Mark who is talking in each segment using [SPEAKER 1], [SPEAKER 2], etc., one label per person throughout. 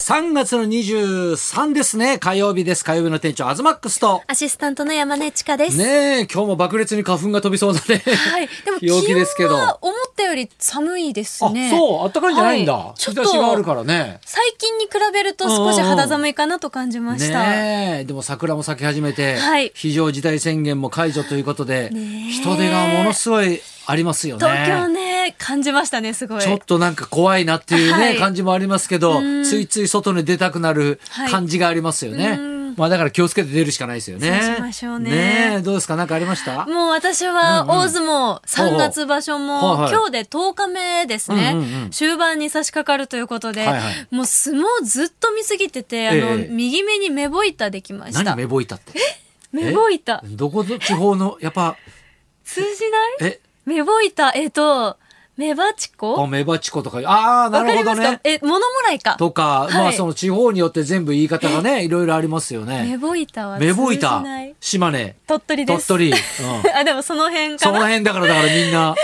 [SPEAKER 1] 3月の23ですね。火曜日です。火曜日の店長、アズマックスと。
[SPEAKER 2] アシスタントの山根千佳です。
[SPEAKER 1] ねえ、今日も爆裂に花粉が飛びそうだね。
[SPEAKER 2] はい。でも
[SPEAKER 1] 陽気ですけど。
[SPEAKER 2] 気温
[SPEAKER 1] あ
[SPEAKER 2] は、思ったより寒いです、ね。
[SPEAKER 1] そう、暖かいんじゃないんだ。
[SPEAKER 2] はいちょ
[SPEAKER 1] 日
[SPEAKER 2] っと
[SPEAKER 1] 差しがあるからね。
[SPEAKER 2] 最近に比べると少し肌寒いかなと感じました。
[SPEAKER 1] ねえ、でも桜も咲き始めて、
[SPEAKER 2] はい
[SPEAKER 1] 非常事態宣言も解除ということで、
[SPEAKER 2] ねえ
[SPEAKER 1] 人手がものすごいありますよね。
[SPEAKER 2] 東京ね、感じましたね、すごい。
[SPEAKER 1] ちょっとなんか怖いなっていうね、
[SPEAKER 2] はい
[SPEAKER 1] 感じもありますけど、
[SPEAKER 2] うん
[SPEAKER 1] ついつい外に出たくなる
[SPEAKER 2] はい
[SPEAKER 1] 感じがありますよね。
[SPEAKER 2] うん
[SPEAKER 1] まあだから気をつけて出るしかないですよね。
[SPEAKER 2] そうしましょうね
[SPEAKER 1] えどうですかなんかありました
[SPEAKER 2] もう私は
[SPEAKER 1] うんうん
[SPEAKER 2] 大相撲3月場所
[SPEAKER 1] ほうほう
[SPEAKER 2] も
[SPEAKER 1] はいはい
[SPEAKER 2] 今日で10日目です
[SPEAKER 1] うんう
[SPEAKER 2] ね
[SPEAKER 1] んうん。
[SPEAKER 2] 終盤に差し掛かるということで
[SPEAKER 1] はいはい、
[SPEAKER 2] もう相撲ずっと見すぎてて、あの、
[SPEAKER 1] ええ
[SPEAKER 2] 右目に目ぼいたできまし
[SPEAKER 1] 何
[SPEAKER 2] た。
[SPEAKER 1] めぼいたって。
[SPEAKER 2] 目ぼいた。
[SPEAKER 1] どこの地方の、やっぱ、
[SPEAKER 2] 通じない
[SPEAKER 1] え、
[SPEAKER 2] 目ぼいた、えっと、目ばち
[SPEAKER 1] あ
[SPEAKER 2] こ
[SPEAKER 1] メバチコとか、ああ、な
[SPEAKER 2] わか
[SPEAKER 1] る
[SPEAKER 2] り
[SPEAKER 1] ほ
[SPEAKER 2] ま
[SPEAKER 1] ど
[SPEAKER 2] すか
[SPEAKER 1] ね。
[SPEAKER 2] え、物もらいか。
[SPEAKER 1] とか、
[SPEAKER 2] はい
[SPEAKER 1] まあその地方によって全部言い方がね、いろいろありますよ
[SPEAKER 2] メ
[SPEAKER 1] ね。
[SPEAKER 2] ボイタは通
[SPEAKER 1] め
[SPEAKER 2] じ
[SPEAKER 1] ぼいた
[SPEAKER 2] ない、
[SPEAKER 1] 島根、
[SPEAKER 2] 鳥取で
[SPEAKER 1] 鳥
[SPEAKER 2] す。
[SPEAKER 1] 取。うん。
[SPEAKER 2] あ、でもその辺か
[SPEAKER 1] その
[SPEAKER 2] な。
[SPEAKER 1] 辺だから、だからみんな、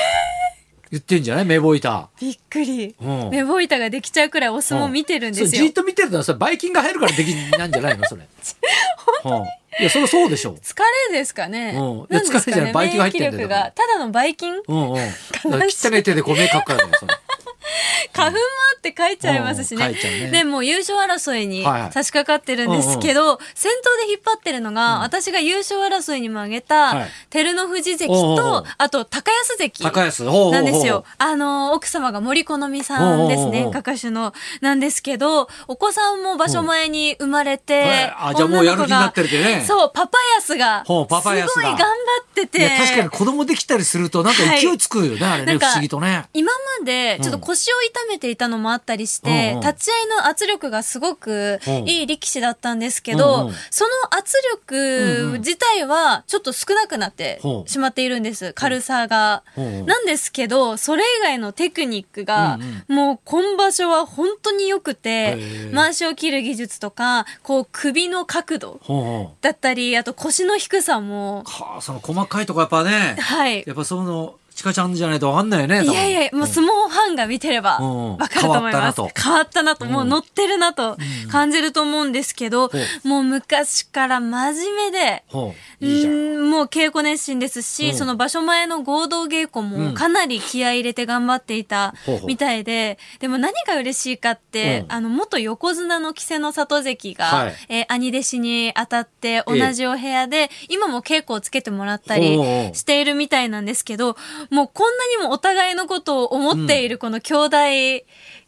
[SPEAKER 1] 言ってんじゃないめぼいた。
[SPEAKER 2] びっくり。
[SPEAKER 1] うん
[SPEAKER 2] メボイタができちゃうくらいお相撲見てるんです
[SPEAKER 1] それじ
[SPEAKER 2] よ
[SPEAKER 1] っ。と見てるのはさ、ばい菌が入るからできなんじゃないのそれ。本当いや、それそうでしょ。
[SPEAKER 2] 疲れですかね。
[SPEAKER 1] うんいや
[SPEAKER 2] なんですか
[SPEAKER 1] 疲れじゃない
[SPEAKER 2] ね
[SPEAKER 1] バイキンが入ってんだよ
[SPEAKER 2] 免疫力
[SPEAKER 1] だから
[SPEAKER 2] が。ただのバイキン
[SPEAKER 1] うんうん。だから汚い手で米かくからだよ、 それ。
[SPEAKER 2] 花粉もあって書いちゃいますしね。
[SPEAKER 1] うん書いちゃうね
[SPEAKER 2] で、もう優勝争いに
[SPEAKER 1] はいはい
[SPEAKER 2] 差し掛かってるんですけど、先頭で引っ張ってるのが、私が優勝争いにも挙げ
[SPEAKER 1] は
[SPEAKER 2] た
[SPEAKER 1] い、
[SPEAKER 2] 照ノ富士関
[SPEAKER 1] おうおうおう
[SPEAKER 2] と、あと高安関。
[SPEAKER 1] 高安、ほうほうほう。
[SPEAKER 2] なんですよ。あの、奥様が森好美さんです
[SPEAKER 1] おうおうお
[SPEAKER 2] ね
[SPEAKER 1] う。
[SPEAKER 2] 歌手の。なんですけど、お子さんも場所前に生まれて
[SPEAKER 1] え。あ、じゃあもうやる気になってるけどね。
[SPEAKER 2] そう、パパヤスが。す
[SPEAKER 1] ほ
[SPEAKER 2] ご
[SPEAKER 1] う
[SPEAKER 2] い
[SPEAKER 1] パ
[SPEAKER 2] 頑
[SPEAKER 1] パ
[SPEAKER 2] 張
[SPEAKER 1] ヤスが
[SPEAKER 2] ってて。
[SPEAKER 1] いや、確かに子供できたりすると、なんか勢いつくよね、あれ
[SPEAKER 2] な
[SPEAKER 1] ね、
[SPEAKER 2] んか
[SPEAKER 1] 不思議とね。
[SPEAKER 2] 今までちょっと腰を痛めていたのもあったりして、
[SPEAKER 1] うんうん
[SPEAKER 2] 立ち合いの圧力がすごく
[SPEAKER 1] うん
[SPEAKER 2] いい力士だったんですけど、
[SPEAKER 1] うんうん
[SPEAKER 2] その圧
[SPEAKER 1] うんう
[SPEAKER 2] 力
[SPEAKER 1] ん
[SPEAKER 2] 自体はちょっと少なくなって
[SPEAKER 1] ほう
[SPEAKER 2] しまっているんです、軽さが。
[SPEAKER 1] ほうほう
[SPEAKER 2] なんですけど、それ以外のテクニック
[SPEAKER 1] う
[SPEAKER 2] が
[SPEAKER 1] んうん、
[SPEAKER 2] もう今場所は本当に良く
[SPEAKER 1] へ
[SPEAKER 2] て、
[SPEAKER 1] ー
[SPEAKER 2] 回しを切る技術とか、こう首の角度
[SPEAKER 1] ほうほう。
[SPEAKER 2] だったり、あと腰の低さも、
[SPEAKER 1] はあ、その細かいとこやっぱね、
[SPEAKER 2] はい。
[SPEAKER 1] やっぱその、ちかちゃんじゃないとわかんないよね、多分
[SPEAKER 2] いやいや、もう相撲ファンが見てれば、
[SPEAKER 1] うん
[SPEAKER 2] わかると思います。
[SPEAKER 1] 変わったなと
[SPEAKER 2] 変わったなと、もう乗ってるなと
[SPEAKER 1] ん
[SPEAKER 2] 感じると思うんですけど、もう昔から真面目で、
[SPEAKER 1] ほう。いいじゃん。
[SPEAKER 2] うんもう稽古熱心ですし、
[SPEAKER 1] うん
[SPEAKER 2] その場所前の合同稽古
[SPEAKER 1] うん
[SPEAKER 2] もかなり気合い入れて頑張っていた
[SPEAKER 1] ほうほう
[SPEAKER 2] みたいで、でも何が嬉しいかって、
[SPEAKER 1] うん
[SPEAKER 2] あの、元横綱の稀勢の里関が、
[SPEAKER 1] はい
[SPEAKER 2] えー兄弟子に当たって同
[SPEAKER 1] ええ
[SPEAKER 2] じお部屋で、今も稽古をつけてもらった
[SPEAKER 1] ほうほ
[SPEAKER 2] り
[SPEAKER 1] う
[SPEAKER 2] しているみたいなんですけど、もうこんなにもお互いのことを思っているこの兄弟、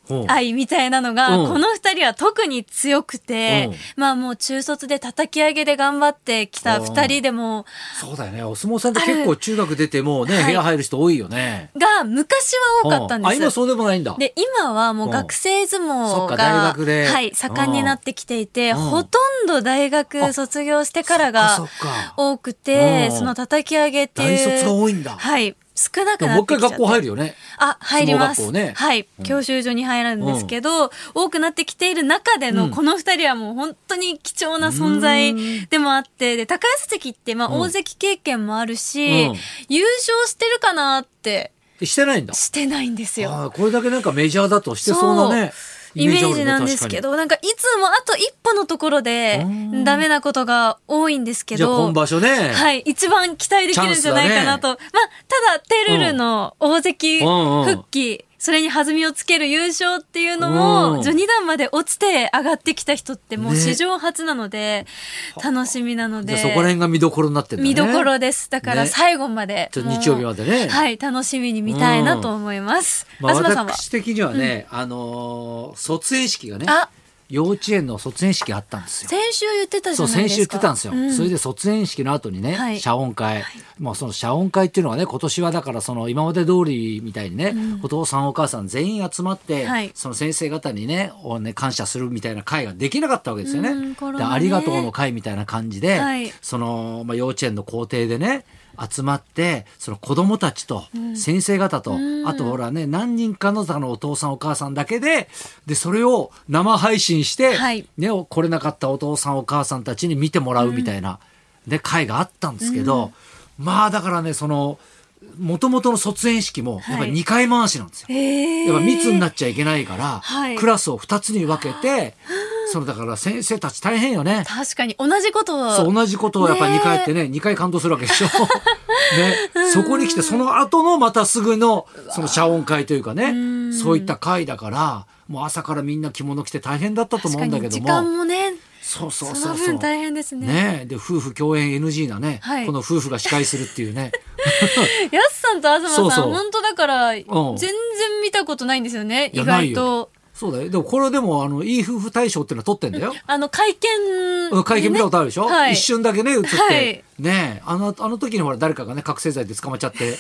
[SPEAKER 1] ほう。
[SPEAKER 2] 愛みたいなのが、
[SPEAKER 1] うん
[SPEAKER 2] この二人は特に強くて、まあもう中卒で叩き上げで頑張ってきた二人でも、
[SPEAKER 1] そうだよね。お相撲さんって結構中学出てもうね、
[SPEAKER 2] はい
[SPEAKER 1] 部屋入る人多いよね。
[SPEAKER 2] が昔は多かったん
[SPEAKER 1] ほうあ、今
[SPEAKER 2] です。
[SPEAKER 1] そうでもないんだ。
[SPEAKER 2] で、今はもう
[SPEAKER 1] うん
[SPEAKER 2] 学生相
[SPEAKER 1] そっ
[SPEAKER 2] 撲
[SPEAKER 1] か大
[SPEAKER 2] が、
[SPEAKER 1] 学で
[SPEAKER 2] はい、盛んになってきていて、
[SPEAKER 1] うん
[SPEAKER 2] ほとんど大学卒業してから
[SPEAKER 1] そっ
[SPEAKER 2] が
[SPEAKER 1] かそっか
[SPEAKER 2] 多くて、
[SPEAKER 1] うん
[SPEAKER 2] その叩き上げっていう。
[SPEAKER 1] 大卒が多いんだ
[SPEAKER 2] はい、少なく
[SPEAKER 1] でも
[SPEAKER 2] な
[SPEAKER 1] もう一
[SPEAKER 2] っ
[SPEAKER 1] 回
[SPEAKER 2] てきちゃって。
[SPEAKER 1] 学校入るよね。
[SPEAKER 2] あ、入りま
[SPEAKER 1] 相撲学校
[SPEAKER 2] す。
[SPEAKER 1] ね
[SPEAKER 2] はい
[SPEAKER 1] うん。
[SPEAKER 2] 教習所に入るんですけど、多くなってきている中で
[SPEAKER 1] うん
[SPEAKER 2] の、この二人はもう本当に貴重な存
[SPEAKER 1] う
[SPEAKER 2] 在
[SPEAKER 1] ん
[SPEAKER 2] でもあって、で、高安関って、まあ、
[SPEAKER 1] うん
[SPEAKER 2] 大関経験もあるし、
[SPEAKER 1] うん
[SPEAKER 2] 優勝してるかなって、
[SPEAKER 1] してないんだ。
[SPEAKER 2] してないんですよ。
[SPEAKER 1] あーこれだけなんかメジャーだとしてそうなね。
[SPEAKER 2] イメー
[SPEAKER 1] あるね
[SPEAKER 2] ジなんですけ。ど、なんかいつもあと一歩のところで
[SPEAKER 1] うん、
[SPEAKER 2] ダメなことが多いんですけ
[SPEAKER 1] 確かにじゃあ
[SPEAKER 2] ど
[SPEAKER 1] 今、場所ね。
[SPEAKER 2] はい、一番期待できるんじゃないかなと。まあ、ただ、テルルの大関
[SPEAKER 1] うんうん
[SPEAKER 2] 復帰、それに弾みをつける優勝っていうの
[SPEAKER 1] うん
[SPEAKER 2] も、序二段まで落ちて上がってきた人ってもう
[SPEAKER 1] ね
[SPEAKER 2] 史上初なので、楽しみなの
[SPEAKER 1] じゃ
[SPEAKER 2] で
[SPEAKER 1] あ、そこら辺が見どころになってるんだね。
[SPEAKER 2] 見どころです。だから
[SPEAKER 1] ね
[SPEAKER 2] 最後まで。
[SPEAKER 1] ちょっと日曜日までね
[SPEAKER 2] もうはい、楽しみに見たいなと思います。
[SPEAKER 1] まあ、
[SPEAKER 2] 東さんは
[SPEAKER 1] 私的にはね、あのー卒園式がね、
[SPEAKER 2] あ、
[SPEAKER 1] 幼稚園の卒園式があったんですよ。
[SPEAKER 2] 先週言ってたじ
[SPEAKER 1] そ
[SPEAKER 2] ゃ
[SPEAKER 1] う、
[SPEAKER 2] ないで
[SPEAKER 1] 先
[SPEAKER 2] すか。
[SPEAKER 1] 週言ってたんですよ。
[SPEAKER 2] う
[SPEAKER 1] それで卒園式の後にね、
[SPEAKER 2] はい
[SPEAKER 1] 謝恩会。まあその謝恩会っていうのはね、今年はだからその今まで通りみたいにね、お父さんお母さん全員集まって、
[SPEAKER 2] はい
[SPEAKER 1] その先生方にね、をね、感謝するみたいな会ができなかったわけですよね。
[SPEAKER 2] うんコロナ
[SPEAKER 1] で
[SPEAKER 2] ね
[SPEAKER 1] ありがとうの会みたいな感じで、
[SPEAKER 2] はい
[SPEAKER 1] その、まあ幼稚園の校庭でね、集まって、その子供たちと、先生方と、
[SPEAKER 2] ん
[SPEAKER 1] あとほらね、何人かのあのお父さんお母さんだけで、で、それを生配信して、
[SPEAKER 2] はい
[SPEAKER 1] ね、来れなかったお父さんお母さんたちに見てもらうみたいな、ね、会があったんですけど、まあだからねそのもともとの卒園式もやっぱり2回回しなんですよ。
[SPEAKER 2] えー
[SPEAKER 1] やっぱ密になっちゃいけないから、
[SPEAKER 2] はい
[SPEAKER 1] クラスを2つに分けてそのだから先生たち大変よね。
[SPEAKER 2] 確かに同じことを
[SPEAKER 1] そう同じことをやっぱり2回やってね2回感動するわけ でしょ。ね、そこに来てその後のまたすぐのその謝恩会というかねそういった会だからもう朝からみんな着物着て大変だったと思うんだけど
[SPEAKER 2] 時
[SPEAKER 1] も。
[SPEAKER 2] 間もね
[SPEAKER 1] そうそう
[SPEAKER 2] そ
[SPEAKER 1] そ
[SPEAKER 2] の
[SPEAKER 1] うそう。
[SPEAKER 2] 分大変ですね
[SPEAKER 1] ねえで夫婦共演 NG なね、
[SPEAKER 2] はい
[SPEAKER 1] この夫婦が司会するっていう ね
[SPEAKER 2] やすさんと東さ
[SPEAKER 1] そ
[SPEAKER 2] ん
[SPEAKER 1] うそう
[SPEAKER 2] 本当だから全
[SPEAKER 1] ん
[SPEAKER 2] 然見たことないんですよね
[SPEAKER 1] いや
[SPEAKER 2] 意
[SPEAKER 1] ない
[SPEAKER 2] 外
[SPEAKER 1] よ
[SPEAKER 2] と
[SPEAKER 1] そうだよでもこれでもあのいい夫婦大賞っていうのは取ってん だよ、
[SPEAKER 2] あの会見
[SPEAKER 1] うん会見見たことあるでしょ、
[SPEAKER 2] はい
[SPEAKER 1] 一瞬だけね映って、
[SPEAKER 2] はい
[SPEAKER 1] ねえあのあの時にほら誰かがね覚醒剤で捕まっちゃって、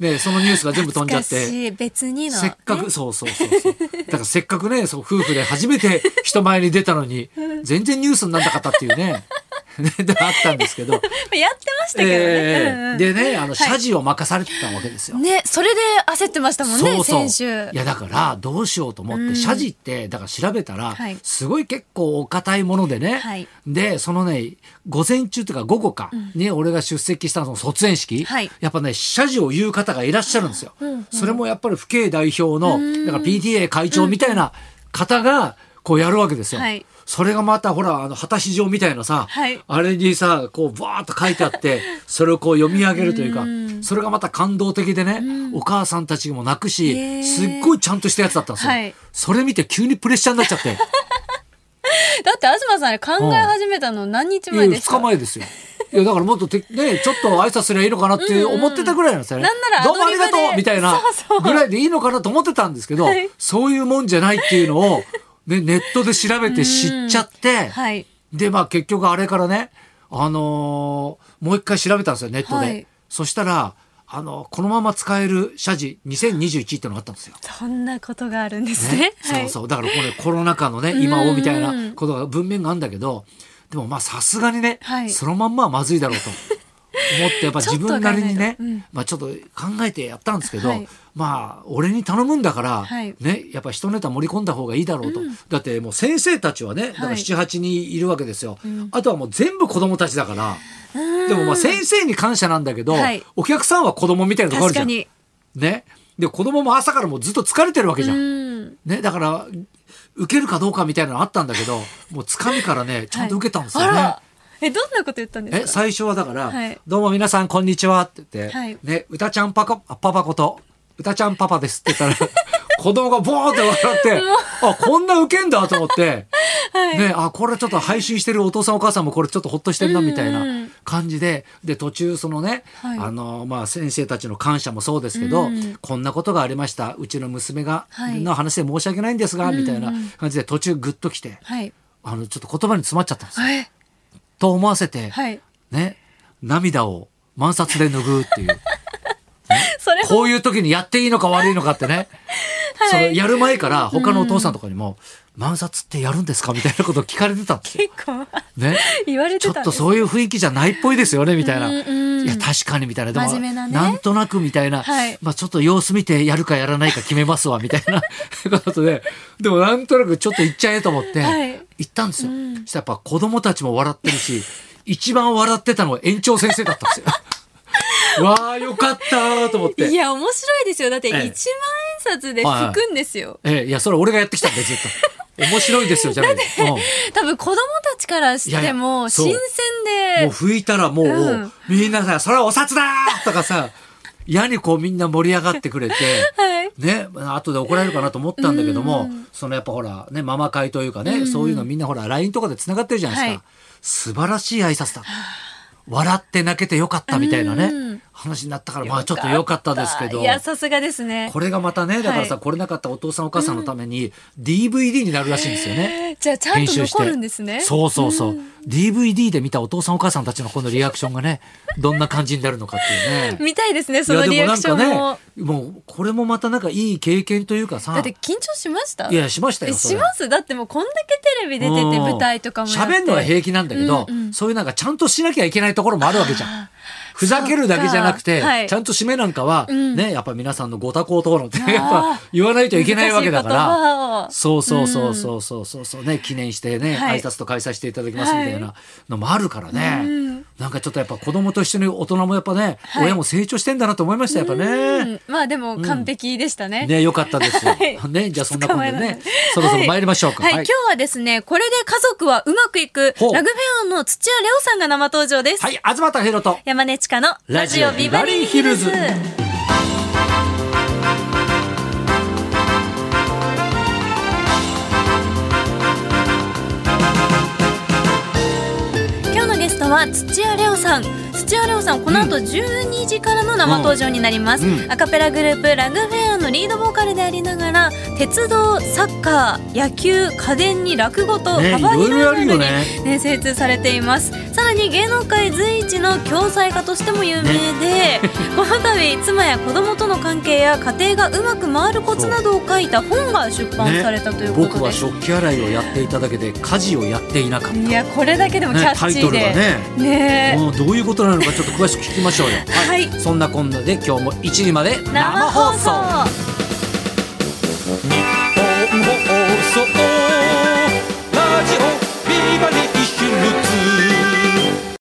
[SPEAKER 1] ねえ、そのニュースが全部飛んじゃっ
[SPEAKER 2] 懐か
[SPEAKER 1] て
[SPEAKER 2] しい別にの
[SPEAKER 1] せっかくそうそうそうそうだからせっかくねそう夫婦で初めて人前に出たの に全然ニュースになんなかったっていうねねであったんですけど、
[SPEAKER 2] ねやってましたけどね、
[SPEAKER 1] え
[SPEAKER 2] うんうん
[SPEAKER 1] えでねあの謝辞を任されてたわけですよ。
[SPEAKER 2] ねそれで焦ってましたもんね
[SPEAKER 1] そうそう
[SPEAKER 2] 先
[SPEAKER 1] い
[SPEAKER 2] 週
[SPEAKER 1] やだからどうしようと思って、
[SPEAKER 2] うん
[SPEAKER 1] 謝辞ってだから調べたら、
[SPEAKER 2] はい
[SPEAKER 1] すごい結構お堅いものでね、
[SPEAKER 2] はい
[SPEAKER 1] でそのね午前中というか午後かに俺が出席したその卒園式、
[SPEAKER 2] はい
[SPEAKER 1] やっぱね謝辞を言う方がいらっしゃるんですよ。
[SPEAKER 2] んうん
[SPEAKER 1] それもやっぱり府警代表の
[SPEAKER 2] うん
[SPEAKER 1] だから PTA 会長みたいな方がこうやるわけですよ。
[SPEAKER 2] はい
[SPEAKER 1] それがまたほらあの果たし状みたいなさ、
[SPEAKER 2] はい
[SPEAKER 1] あれにさこうバーッと書いてあって それをこう読み上げるというか
[SPEAKER 2] うん
[SPEAKER 1] それがまた感動的でね、お母さんたちも泣くし
[SPEAKER 2] へー
[SPEAKER 1] すっごいちゃんとしたやつだったんですよ、
[SPEAKER 2] はい
[SPEAKER 1] それ見て急にプレッシャーになっちゃって
[SPEAKER 2] だって東さんあれ考え始めたの何日前で
[SPEAKER 1] 2
[SPEAKER 2] すか
[SPEAKER 1] 日前ですよいやだからもっとて、ね、ちょっと挨拶すりゃいいのかなって思ってたぐらいなんですよね、
[SPEAKER 2] なんなら
[SPEAKER 1] どうもありがと
[SPEAKER 2] アドリ
[SPEAKER 1] う
[SPEAKER 2] ブで
[SPEAKER 1] みたいな
[SPEAKER 2] そうそう
[SPEAKER 1] ぐらいでいいのかなと思ってたんですけど、
[SPEAKER 2] はい
[SPEAKER 1] そういうもんじゃないっていうのを、ね、ネットで調べて知っちゃって、
[SPEAKER 2] はい
[SPEAKER 1] でまあ結局あれからね、あのーもう一回調べたんですよネットで、
[SPEAKER 2] はい
[SPEAKER 1] そしたら、あのこのまま使える謝辞2021ってのがあったんですよ。
[SPEAKER 2] そんなことがあるんですねは
[SPEAKER 1] そう
[SPEAKER 2] い
[SPEAKER 1] そうだからこれコロナ禍のね今をみたい
[SPEAKER 2] うんう
[SPEAKER 1] なんことが文面があるんだけどでもまあさすがにね、
[SPEAKER 2] はい
[SPEAKER 1] そのまんまはまずいだろうと 思ってやっぱ自分なりにね
[SPEAKER 2] ちょっとわかん
[SPEAKER 1] まあ、ちょっと考
[SPEAKER 2] ないと
[SPEAKER 1] えてやったんですけど、
[SPEAKER 2] はい
[SPEAKER 1] まあ俺に頼むんだから、
[SPEAKER 2] はい
[SPEAKER 1] ね、やっぱ一ネタ盛り込んだ方がいいだろうと、だってもう先生たちはねだから
[SPEAKER 2] はい
[SPEAKER 1] 78人いるわけですよ、あとはもう全部子供たちだから。でもまあ先生に感謝なんだけど、
[SPEAKER 2] はい
[SPEAKER 1] お客さんは子供みたいなとこある
[SPEAKER 2] 確
[SPEAKER 1] じゃ
[SPEAKER 2] か
[SPEAKER 1] ん。
[SPEAKER 2] に
[SPEAKER 1] ね、で子供も朝からもうずっと疲れてるわけじゃん。
[SPEAKER 2] うん
[SPEAKER 1] ね、だから受けるかどうかみたいなのあったんだけどもうつかみからねちゃんと受けたんですよね。
[SPEAKER 2] はいあらえどんなこと言ったんです
[SPEAKER 1] え
[SPEAKER 2] か
[SPEAKER 1] 最初はだから、
[SPEAKER 2] はい
[SPEAKER 1] どうも皆さんこんにちは」って言って「
[SPEAKER 2] はい
[SPEAKER 1] ね歌ちゃんパカパパこと歌ちゃんパパです」って言ったら 子供がボーって笑ってあこんなウケんだと思 って、ね、あこれちょっと配信してるお父さんお母さんもこれちょっとほっとしてんなみたい
[SPEAKER 2] うんう
[SPEAKER 1] なん感じでで途中そのね、
[SPEAKER 2] はい
[SPEAKER 1] あのまあ、先生たちの感謝もそうですけど、
[SPEAKER 2] うん
[SPEAKER 1] こんなことがありましたうちの娘が、
[SPEAKER 2] はい
[SPEAKER 1] の話で申し訳ないんですが、みたいな
[SPEAKER 2] うんうん
[SPEAKER 1] 感じで途中グッときて
[SPEAKER 2] はい
[SPEAKER 1] あのちょっと言葉に詰まっちゃったんですよ。
[SPEAKER 2] はい
[SPEAKER 1] と思わせて。
[SPEAKER 2] はい
[SPEAKER 1] ね、涙を満札で拭うって いう、
[SPEAKER 2] それ
[SPEAKER 1] こういう時にやっていいのか悪いのかってね、
[SPEAKER 2] はい
[SPEAKER 1] そのやる前から他のお父さんとかにも、満札ってやるんですかみたいなことを聞かれてたんですよ。
[SPEAKER 2] 結構
[SPEAKER 1] ね、
[SPEAKER 2] 言われ
[SPEAKER 1] ち
[SPEAKER 2] て
[SPEAKER 1] ょ
[SPEAKER 2] た
[SPEAKER 1] っ
[SPEAKER 2] んで
[SPEAKER 1] と
[SPEAKER 2] す
[SPEAKER 1] そういう雰囲気じゃないっぽいですよねみたいな。
[SPEAKER 2] うんうん
[SPEAKER 1] いや確かにみたいなでも
[SPEAKER 2] 真面目なね
[SPEAKER 1] んとなくみたいな、
[SPEAKER 2] はい
[SPEAKER 1] まあちょっと様子見てやるかやらないか決めますわみたい なことででもなんとなくちょっと行っちゃえと思って
[SPEAKER 2] はい
[SPEAKER 1] 行ったんですよ。そしたらやっぱ子供たちも笑ってるし一番笑ってたのは園長先生だったん ですよ。わあよかったと思って。
[SPEAKER 2] いや面白いですよだって
[SPEAKER 1] え
[SPEAKER 2] 一
[SPEAKER 1] え
[SPEAKER 2] 万円札で拭くんですよ、
[SPEAKER 1] ええいやそれ俺がやってきたんでずっと。面白いですよじゃないです。うん
[SPEAKER 2] 多分子供たちからし
[SPEAKER 1] いや
[SPEAKER 2] て
[SPEAKER 1] い
[SPEAKER 2] も
[SPEAKER 1] やそう
[SPEAKER 2] 新鮮で
[SPEAKER 1] もう拭いたらもう、
[SPEAKER 2] うん
[SPEAKER 1] みんなさ、それはお札だーとかさ、 矢にこうみんな盛り上がってくれて、
[SPEAKER 2] はい
[SPEAKER 1] ね、後で怒られるかなと思ったんだけども、そのやっぱほら、ね、ママ会というかね、そういうのみんなほら、LINE とかで繋がってるじゃないですか。
[SPEAKER 2] はい
[SPEAKER 1] 素晴らしい挨拶だ。笑って泣けてよかったみたいな
[SPEAKER 2] う
[SPEAKER 1] ね
[SPEAKER 2] ん、
[SPEAKER 1] 話になったから、まあちょっとよかったですけど
[SPEAKER 2] い。やさすがですね
[SPEAKER 1] これがまたね、だからさ、
[SPEAKER 2] は
[SPEAKER 1] 来れなかったお父さんお母さんのために DVD になるらしいんですよね。
[SPEAKER 2] じゃあちゃん
[SPEAKER 1] 編
[SPEAKER 2] と
[SPEAKER 1] 集して
[SPEAKER 2] 残るんですね
[SPEAKER 1] そうそうそう、DVD で見たお父さんお母さんたちのこのリアクションがね どんな感じになるのかって いうね
[SPEAKER 2] 見たいですねそのリアクションも
[SPEAKER 1] いやでもなんかねもうこれもまたなんかいい経験というかさ
[SPEAKER 2] だって緊張しました
[SPEAKER 1] いやしました
[SPEAKER 2] え
[SPEAKER 1] よそ
[SPEAKER 2] し
[SPEAKER 1] れ
[SPEAKER 2] ますだってもうこんだけテレビ出てて
[SPEAKER 1] うん
[SPEAKER 2] 舞台とかもやって
[SPEAKER 1] 喋るのは平気なんだけど、
[SPEAKER 2] うんうん
[SPEAKER 1] そういうなんかちゃんとしなきゃいけないところもあるわけじゃん。ふざけるだけじゃなく
[SPEAKER 2] そ
[SPEAKER 1] て、
[SPEAKER 2] うかはい
[SPEAKER 1] ちゃんと締めなんかは、
[SPEAKER 2] ん
[SPEAKER 1] ね、やっぱ皆さんのご多幸とのって、
[SPEAKER 2] ー
[SPEAKER 1] やっぱ言わないといけないわけだか
[SPEAKER 2] 難しい言葉
[SPEAKER 1] ら
[SPEAKER 2] を、
[SPEAKER 1] そうそうそうそうそうそうそうね、記念してね、
[SPEAKER 2] はい
[SPEAKER 1] 挨拶と開催していただきますみたいなのもあるからね。
[SPEAKER 2] うん
[SPEAKER 1] なんかちょっとやっぱ子供と一緒に大人もやっぱね、
[SPEAKER 2] はい
[SPEAKER 1] 親も成長してんだなと思いましたやっぱ
[SPEAKER 2] う
[SPEAKER 1] ね。
[SPEAKER 2] んまあでも完璧でしたね。
[SPEAKER 1] ねよかったですよ。
[SPEAKER 2] い
[SPEAKER 1] ねじゃあそんな感じで
[SPEAKER 2] 捕まえ
[SPEAKER 1] ね
[SPEAKER 2] られない
[SPEAKER 1] そろそろ参りましょうか。
[SPEAKER 2] はい、はい今日はですね、これで家族はうまくいく、ラグ
[SPEAKER 1] ほ
[SPEAKER 2] フ
[SPEAKER 1] う
[SPEAKER 2] ェアの土屋レオさんが生登場です。
[SPEAKER 1] はい、東隆弘と。
[SPEAKER 2] 山根千佳のラジオビバリーヒルズ。今日のゲストは土屋レオさん。土屋レオさん、この後12時からの生登場になります。
[SPEAKER 1] うん
[SPEAKER 2] アカペラグループラグフェアのリードボーカルでありながら、鉄道、サッカー、野球、家電に落語と
[SPEAKER 1] ね
[SPEAKER 2] 幅広い
[SPEAKER 1] いろいろある
[SPEAKER 2] 分
[SPEAKER 1] よ
[SPEAKER 2] 野に
[SPEAKER 1] ね
[SPEAKER 2] ね、精通されていますさらに芸能界随一の教材家としても有名で、 この度妻や子供との関係や家庭がうまく回るコツなどを書いた本が出版されたということで、
[SPEAKER 1] 僕は食器洗いをやっていただけで家事をやっていなかった。
[SPEAKER 2] いやこれだけでもキャ
[SPEAKER 1] ね、タ
[SPEAKER 2] ッ
[SPEAKER 1] イ
[SPEAKER 2] チ
[SPEAKER 1] ト
[SPEAKER 2] ー
[SPEAKER 1] ル
[SPEAKER 2] で、
[SPEAKER 1] がね。
[SPEAKER 2] ねえ
[SPEAKER 1] もうどういうことなのかちょっと詳しく聞きましょうよ。
[SPEAKER 2] はい
[SPEAKER 1] そんなこんなで今日も1時まで
[SPEAKER 2] 生放送